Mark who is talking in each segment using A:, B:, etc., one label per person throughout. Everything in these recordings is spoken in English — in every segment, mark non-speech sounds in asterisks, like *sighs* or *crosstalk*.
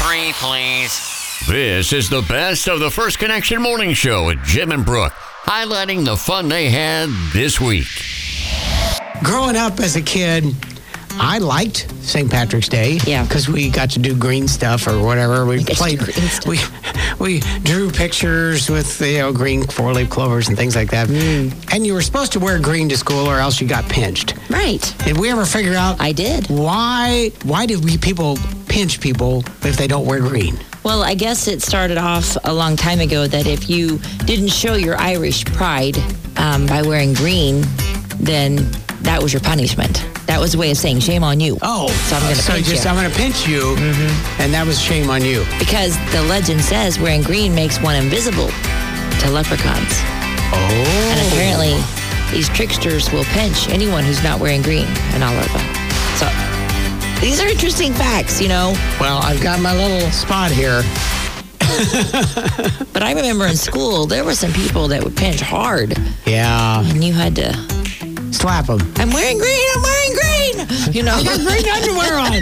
A: three, please.
B: This is the best of the First Connection Morning Show with Jim and Brooke, highlighting the fun they had this week.
C: Growing up as a kid, I liked St. Patrick's Day.
D: Yeah.
C: Because we got to do green stuff or whatever. We
D: got to
C: played.
D: do green stuff.
C: We *laughs* we drew pictures with you know green four leaf clovers and things like that.
D: Mm.
C: And you were supposed to wear green to school or else you got pinched.
D: Right.
C: Did we ever figure out?
D: I did.
C: Why why do we people pinch people if they don't wear green?
D: Well, I guess it started off a long time ago that if you didn't show your Irish pride um, by wearing green, then that was your punishment. That was a way of saying shame on you.
C: Oh,
D: so I'm going to
C: so
D: pinch
C: just
D: you
C: I'm gonna pinch you, and that was shame on you.
D: because the legend says wearing green makes one invisible to leprechauns,
C: Oh.
D: and apparently these tricksters will pinch anyone who's not wearing green in Oliva. So these are interesting facts, you know.
C: Well, I've got my little spot here.
D: But I remember in school there were some people that would pinch hard,
C: Yeah.
D: and you had to
C: Slap them.
D: I'm wearing green. I'm wearing green. You
C: *laughs*
D: know,
C: Green underwear on.
D: *laughs*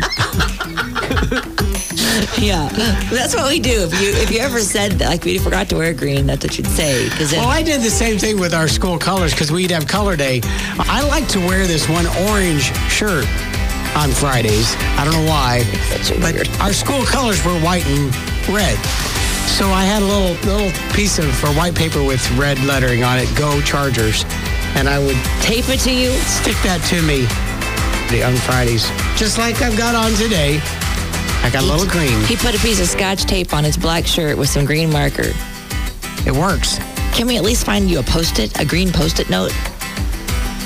D: yeah. That's what we do. If you if you ever said that, like we forgot to wear green, that's what you'd say. Because
C: Well, I did the same thing with our school colors because we'd have color day. I like to wear this one orange shirt on Fridays. I don't know why,
D: That's so
C: but
D: weird.
C: our school colors were white and red. So I had a little little piece of or white paper with red lettering on it. Go Chargers, and I would
D: tape it to you.
C: stick that to me on Fridays, just like I've got on today. I got a little green.
D: He put a piece of scotch tape on his black shirt with some green marker.
C: It works.
D: Can we at least find you a post-it, a green post-it note,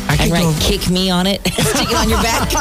C: I can
D: and
C: go.
D: write "kick me" on it, *laughs* and stick it on your
C: *laughs*
D: back?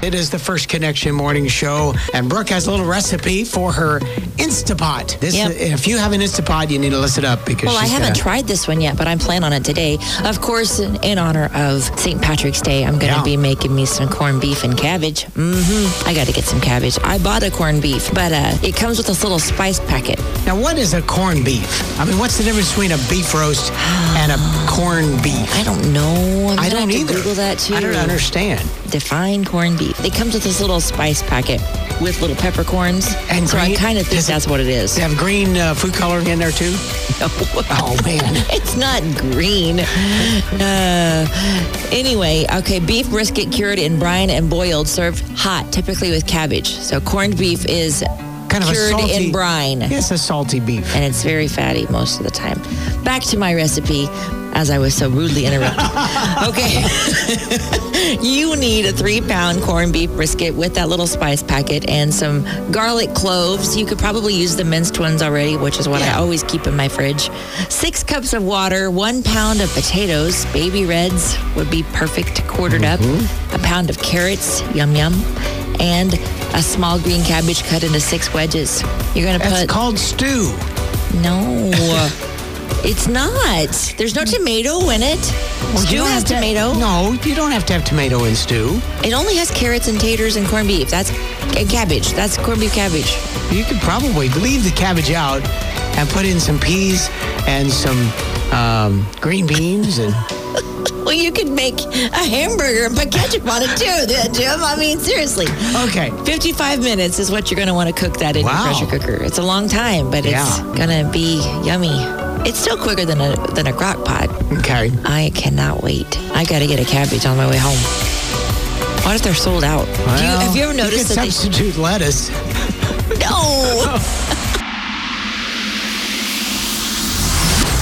C: It is the First Connection Morning Show, and Brooke has a little recipe for her Instapot. This,
D: Yep.
C: if you have an Instapot, you need to list it up because
D: Well, I
C: she's
D: haven't
C: gonna-
D: tried this one yet, but I'm planning on it today. Of course, in honor of St. Patrick's Day, I'm going to
C: Yeah.
D: be making me some corned beef and cabbage. hmm I got to get some cabbage. I bought a corned beef, but uh, it comes with this little spice packet.
C: Now, what is a corned beef? I mean, what's the difference between a beef
D: *sighs*
C: roast and a corned beef?
D: I don't know. I'm
C: I
D: gonna
C: don't
D: have to
C: either.
D: Google that too.
C: I don't understand.
D: Define corned beef. It comes with this little spice packet with little peppercorns,
C: And
D: so I
C: green-
D: kind of think
C: does it-
D: that's what it is.
C: They have green uh, food coloring in there too. *laughs* Oh man.
D: It's not green. Uh, anyway, okay, beef brisket cured in brine and boiled, served hot, typically with cabbage. So corned beef is
C: Kind of
D: cured
C: a salty
D: in brine,
C: Yes, a salty beef.
D: and it's very fatty most of the time. Back to my recipe, as I was so rudely interrupted. okay, *laughs* you need a three-pound corned beef brisket with that little spice packet and some garlic cloves. You could probably use the minced ones already, which is what I always keep in my fridge. Six cups of water, one pound of potatoes, baby reds would be perfect, quartered up. A pound of carrots, yum yum, and a small green cabbage cut into six wedges. You're gonna
C: That's
D: put
C: called stew.
D: no. it's not. There's no tomato in it.
C: Well, you
D: Stew
C: don't
D: has
C: have to-
D: tomato.
C: No, you don't have to have tomato in stew.
D: It only has carrots and taters and corned beef. That's and cabbage. That's corned beef cabbage.
C: You could probably leave the cabbage out and put in some peas and some um, green beans and
D: Well, you could make a hamburger and put ketchup on it too, *laughs* then, Jim. I mean, seriously.
C: okay.
D: 55 minutes is what you're going to want to cook that in
C: Wow.
D: your pressure cooker. It's a long time, but it's
C: Yeah.
D: going to be yummy. It's still quicker than a than a crock pot.
C: Okay.
D: I cannot wait. I got to get a cabbage on my way home. What if they're sold out? Do you,
C: Well,
D: have you ever
C: you
D: noticed
C: could
D: that they
C: substitute lettuce?
D: *laughs*
C: *laughs*
D: No.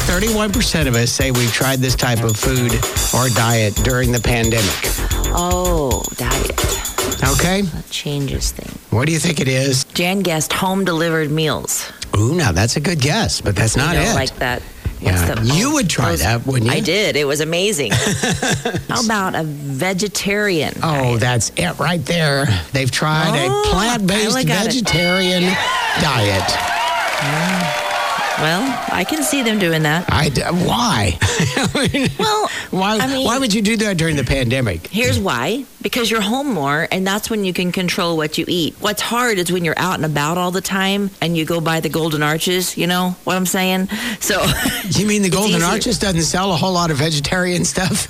C: 31% of us say we've tried this type of food or diet during the pandemic.
D: Oh, diet.
C: Okay?
D: That changes things.
C: What do you think it is?
D: Jan guessed home delivered meals.
C: Ooh, now that's a good guess, but that's not
D: you know,
C: it.
D: like that.
C: Yeah. You would try that, wouldn't you?
D: I did. It was
C: *laughs*
D: amazing. How about a vegetarian?
C: Oh, that's it right there. They've tried
D: Oh,
C: a plant-based
D: Ella got it.
C: vegetarian diet.
D: Well, I can see them doing that.
C: I d- why?
D: Well,
C: Why,
D: I mean-
C: why would you do that during the pandemic?
D: Here's why because you're home more and that's when you can control what you eat. What's hard is when you're out and about all the time and you go by the Golden Arches, you know what I'm saying? So *laughs*
C: You mean the Golden
D: easier.
C: Arches doesn't sell a whole lot of vegetarian stuff?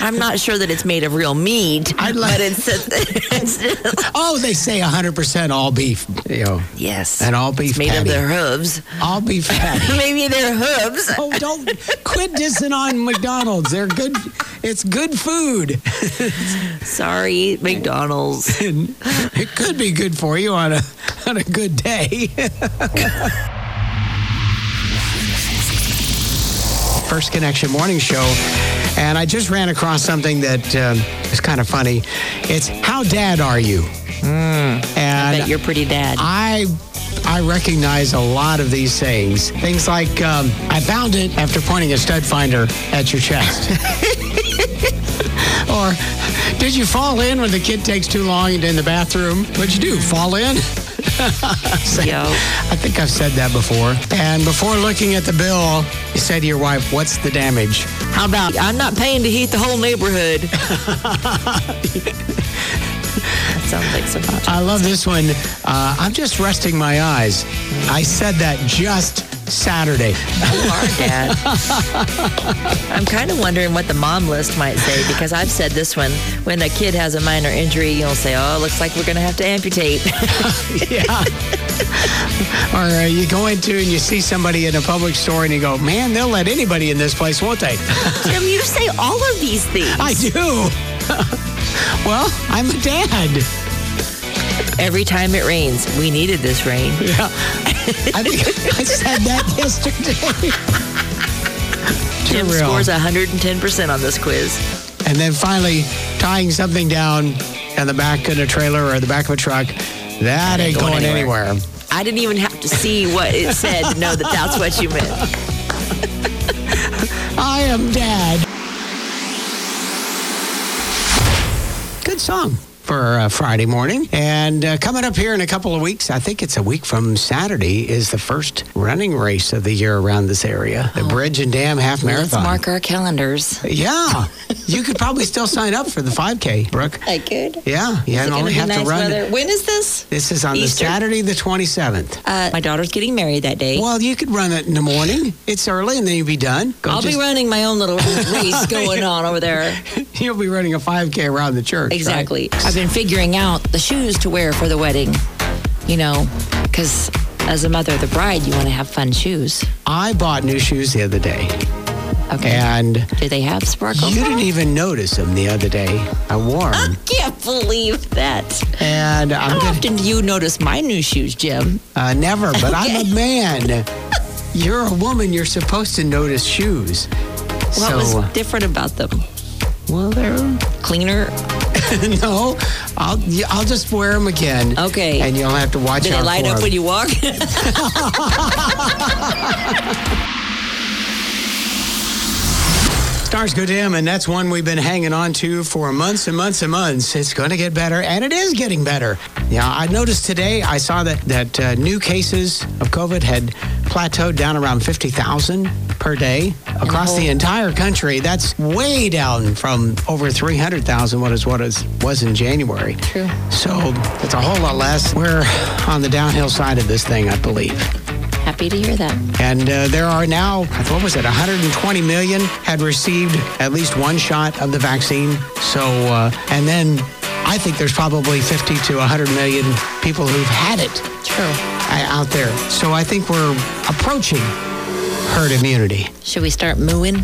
C: *laughs*
D: I'm not sure that it's made of real meat,
C: I'd like-
D: but it's, it's
C: Oh, they say 100% all beef. You know,
D: yes.
C: And all beef
D: it's made of
C: patty.
D: their hooves.
C: all beef patty.
D: *laughs* Maybe their hooves.
C: Oh, don't quit dissing on McDonald's. They're good. It's good food. *laughs*
D: Sorry, McDonald's.
C: It could be good for you on a on a good day. *laughs* First Connection Morning Show, and I just ran across something that um, is kind of funny. It's how dad are you?
D: Hmm. I
C: and
D: bet you're pretty dad.
C: I I recognize a lot of these sayings. Things like um, I found it after pointing a stud finder at your chest. or did you fall in when the kid takes too long and in the bathroom? What'd you do? Fall in?
D: Yo.
C: I think I've said that before. And before looking at the bill, you say to your wife, "What's the damage?"
D: How about I'm not paying to heat the whole
C: *laughs*
D: neighborhood? that sounds like some.
C: I love this one. Uh, I'm just resting my eyes. I said that just Saturday.
D: You are dad. I'm kind of wondering what the mom list might say because I've said this one: when a kid has a minor injury, you'll say, "Oh, looks like we're gonna have to amputate."
C: yeah. or uh, you go into and you see somebody in a public store and you go, man, they'll let anybody in this place, won't they?
D: *laughs* Jim, you say all of these things.
C: I do. *laughs* well, I'm a dad.
D: Every time it rains, we needed this rain.
C: Yeah. I think I said that yesterday. Too
D: Jim
C: real.
D: scores 110 percent on this quiz.
C: And then finally, tying something down in the back of a trailer or the back of a truck. That ain't
D: going
C: going,
D: anywhere.
C: anywhere.
D: I didn't even have to see what it said to know that that's what you meant.
C: I am dad. Good song for uh, Friday morning. And uh, coming up here in a couple of weeks, I think it's a week from Saturday, is the first running race of the year around this area the Bridge and Dam Half
D: Let's
C: Marathon.
D: Oh. mark our calendars.
C: yeah. you could probably still sign up for the 5K, Brooke.
D: I could.
C: Yeah. You
D: Is it gonna
C: only
D: be
C: have to
D: nice
C: run.
D: weather? When is this?
C: This is on
D: Easter?
C: the Saturday, the 27th.
D: Uh, my daughter's getting married that day.
C: Well, you could run it in the morning. It's early, and then you'll be done. Go
D: I'll
C: just-
D: be running my own *laughs* little race going on over there.
C: *laughs* You'll be running a 5K around the church. right?
D: Exactly. I've been figuring out the shoes to wear for the wedding, you know, because as a mother of the bride, you want to have fun shoes.
C: I bought new shoes the other day,
D: Okay.
C: and
D: Do they have sparkles?
C: you didn't even notice them the other day. I wore them,
D: Can't believe that.
C: and I'm
D: How
C: gonna,
D: often do you notice my new shoes, Jim?
C: uh, never. But I'm a man. You're a woman. You're supposed to notice shoes.
D: What
C: so,
D: was different about them?
C: well, they're
D: Cleaner?
C: *laughs* no. I'll yeah, I'll just wear them again.
D: Okay.
C: And you'll have to watch
D: Do
C: out
D: they light
C: for
D: up
C: 'em.
D: when you walk? *laughs*
C: Stars go dim, and that's one we've been hanging on to for months and months and months. It's going to get better, and it is getting better. Yeah, I noticed today. I saw that that uh, new cases of COVID had plateaued down around fifty thousand per day across the entire country. That's way down from over three hundred thousand, what is what is was in January. True. So it's a whole lot less. We're on the downhill side of this thing, I believe.
D: Happy to hear that.
C: And uh, there are now, what was it, 120 million had received at least one shot of the vaccine. So, uh, and then I think there's probably 50 to 100 million people who've had it
D: True.
C: uh, out there. So I think we're approaching herd immunity.
D: Should we start mooing?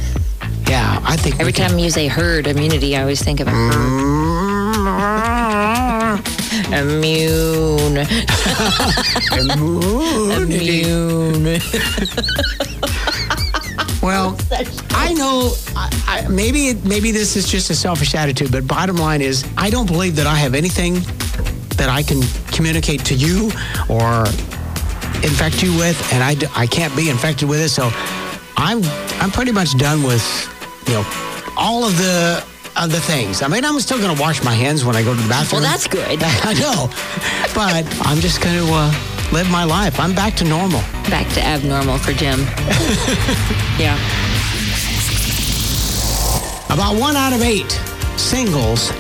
C: Yeah, I think we
D: Every
C: can-
D: time you say herd immunity, I always think of
C: *laughs*
D: a herd. *laughs* Immune. Immune.
C: Well, I know. I, I, maybe maybe this is just a selfish attitude, but bottom line is, I don't believe that I have anything that I can communicate to you or infect you with, and I, d- I can't be infected with it. So I'm I'm pretty much done with you know all of the of the things. I mean, I'm still going to wash my hands when I go to the bathroom.
D: Well, that's good.
C: *laughs* I know, but I'm just going to uh, live my life. I'm back to normal.
D: Back to abnormal for *laughs* Jim. yeah.
C: About one out of eight singles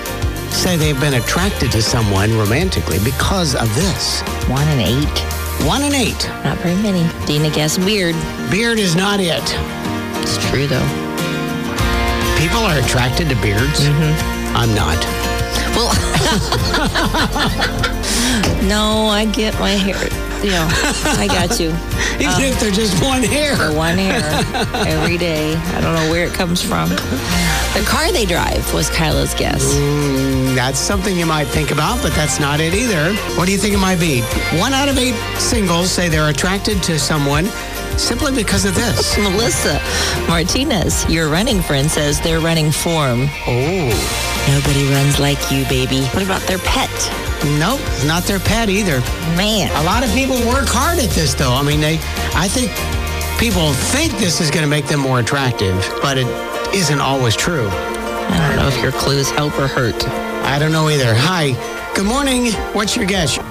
C: say they've been attracted to someone romantically because of this.
D: One and eight.
C: One in eight.
D: Not very many. Dina guessed weird.
C: Beard is not it.
D: It's true though.
C: People are attracted to beards. I'm not.
D: *laughs* Well, no, I get my hair. You know, I got you.
C: Even if they're just one
D: For
C: hair.
D: one hair every day. I don't know where it comes from. The car they drive was Kyla's guess.
C: Mm, That's something you might think about, but that's not it either. What do you think it might be? One out of eight singles say they're attracted to someone simply because of this.
D: Melissa Martinez, your running friend, says they're running form.
C: oh.
D: Nobody runs like you, baby. What about their pet?
C: Nope, not their pet either.
D: Man.
C: A lot of people work hard at this, though. I mean, they, I think people think this is going to make them more attractive, but it isn't always true.
D: I don't know if your clues help or hurt.
C: I don't know either. Hi. Good morning. What's your guess?
A: Uh,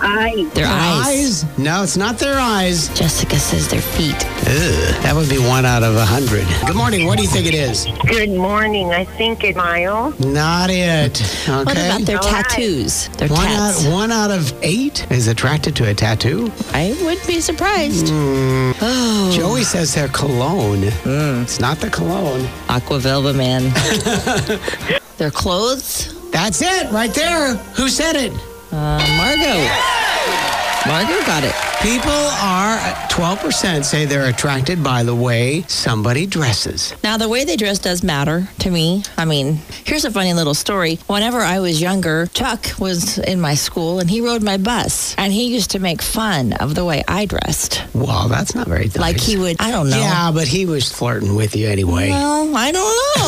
A: I
D: Their eyes.
C: eyes? No, it's not their eyes.
D: Jessica says their feet.
C: Ugh, that would be one out of a hundred. Good morning. What do you think it is?
A: good morning. I think it mile.
C: Not it. Okay.
D: What about their
A: All right.
D: tattoos? Their
C: one
D: tats.
C: out, one out of eight is attracted to a tattoo.
D: I would be surprised. Oh,
C: Joey says their cologne.
D: Mm.
C: It's not the cologne.
D: Aqua Velva *laughs* Man. their clothes?
C: That's it, right there. Who said it?
D: Uh, Margot. Margot got it.
C: People are 12% say they're attracted by the way somebody dresses.
D: Now, the way they dress does matter to me. I mean, here's a funny little story. Whenever I was younger, Chuck was in my school and he rode my bus. And he used to make fun of the way I dressed.
C: Well, that's not very nice.
D: Like he would, I don't know.
C: Yeah, but he was flirting with you anyway.
D: Well, I don't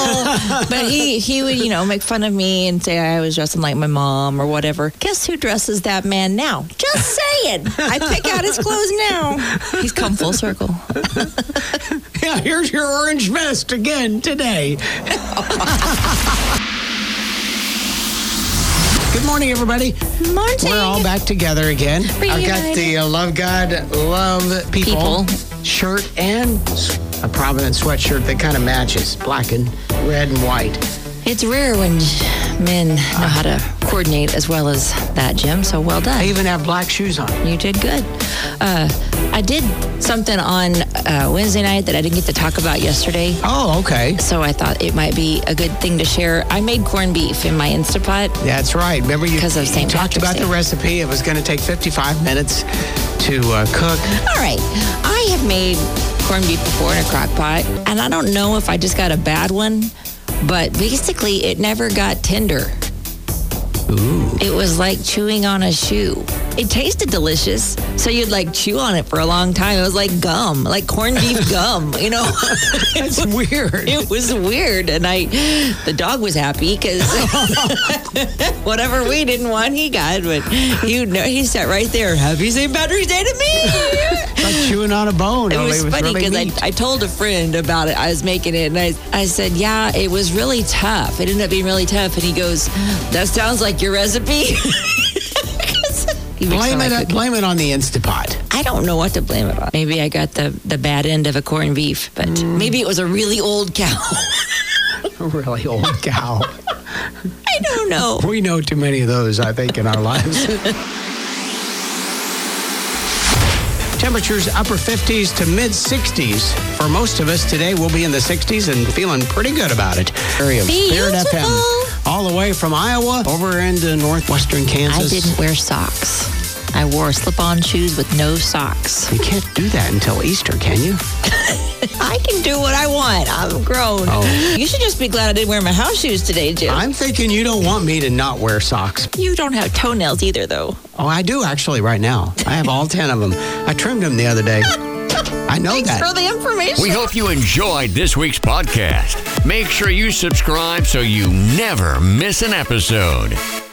D: know. but he, he would, you know, make fun of me and say I was dressing like my mom or whatever. Guess who dresses that man now? Just saying. I pick out his clothes
C: *laughs*
D: now. He's come full circle.
C: *laughs* Yeah, here's your orange vest again today. *laughs* Good morning, everybody.
D: Martin.
C: We're all back together again. I've got
D: Reunited.
C: the uh, Love God, Love People,
D: People.
C: shirt and s- a Provident sweatshirt that kind of matches black and red and white.
D: It's rare when men know how to coordinate as well as that, Jim. So well
C: I
D: done.
C: even have black shoes on.
D: You did good. Uh, I did something on uh, Wednesday night that I didn't get to talk about yesterday.
C: Oh, okay.
D: So I thought it might be a good thing to share. I made corned beef in my Instapot.
C: That's right. Remember you,
D: 'Cause of
C: you
D: St.
C: talked
D: Patrick's
C: about the
D: Day.
C: recipe. It was going to take 55 minutes to uh, cook.
D: All right. I have made corned beef before in a crock pot, and I don't know if I just got a bad one, but basically it never got tender.
C: Ooh.
D: It was like chewing on a shoe. It tasted delicious, so you'd like chew on it for a long time. It was like gum, like corned beef
C: *laughs*
D: gum, you know? *laughs*
C: That's weird.
D: it was weird, and I, the dog was happy because
C: *laughs*
D: whatever we didn't want, he got. But you know, he sat right there. Happy St. Patrick's
C: *laughs*
D: Day to me.
C: like chewing on a bone.
D: It
C: only
D: was funny
C: really
D: because
C: neat.
D: I, I told a friend about it. I was making it and I, I said, Yeah, it was really tough. It ended up being really tough. And he goes, That sounds like your recipe. *laughs* 'Cause he makes
C: blame
D: fun of
C: it.
D: my cooking.
C: Blame it on the Instapot. *laughs*
D: I don't know what to blame it on. Maybe I got the, the bad end of a corned beef, but maybe it was a really old cow. *laughs*
C: really old cow.
D: I don't know.
C: we know too many of those, I think, in our *laughs* lives. Temperatures upper 50s to mid 60s. For most of us today, we'll be in the 60s and feeling pretty good about it. Area of Spirit FM,
D: Beautiful.
C: all the way from Iowa over into northwestern
D: I
C: Kansas.
D: didn't wear socks. I wore slip on shoes with no socks.
C: You can't do that until Easter, can you?
D: I can do what I want. I'm grown.
C: Oh.
D: You should just be glad I didn't wear my house shoes today, Jim.
C: I'm thinking you don't want me to not wear socks.
D: You don't have toenails either, though.
C: Oh, I do actually right now. I have all 10 of them. I trimmed them the other day.
D: *laughs*
C: I know
D: Thanks
C: that.
D: for the information.
B: We hope you enjoyed this week's podcast. Make sure you subscribe so you never miss an episode.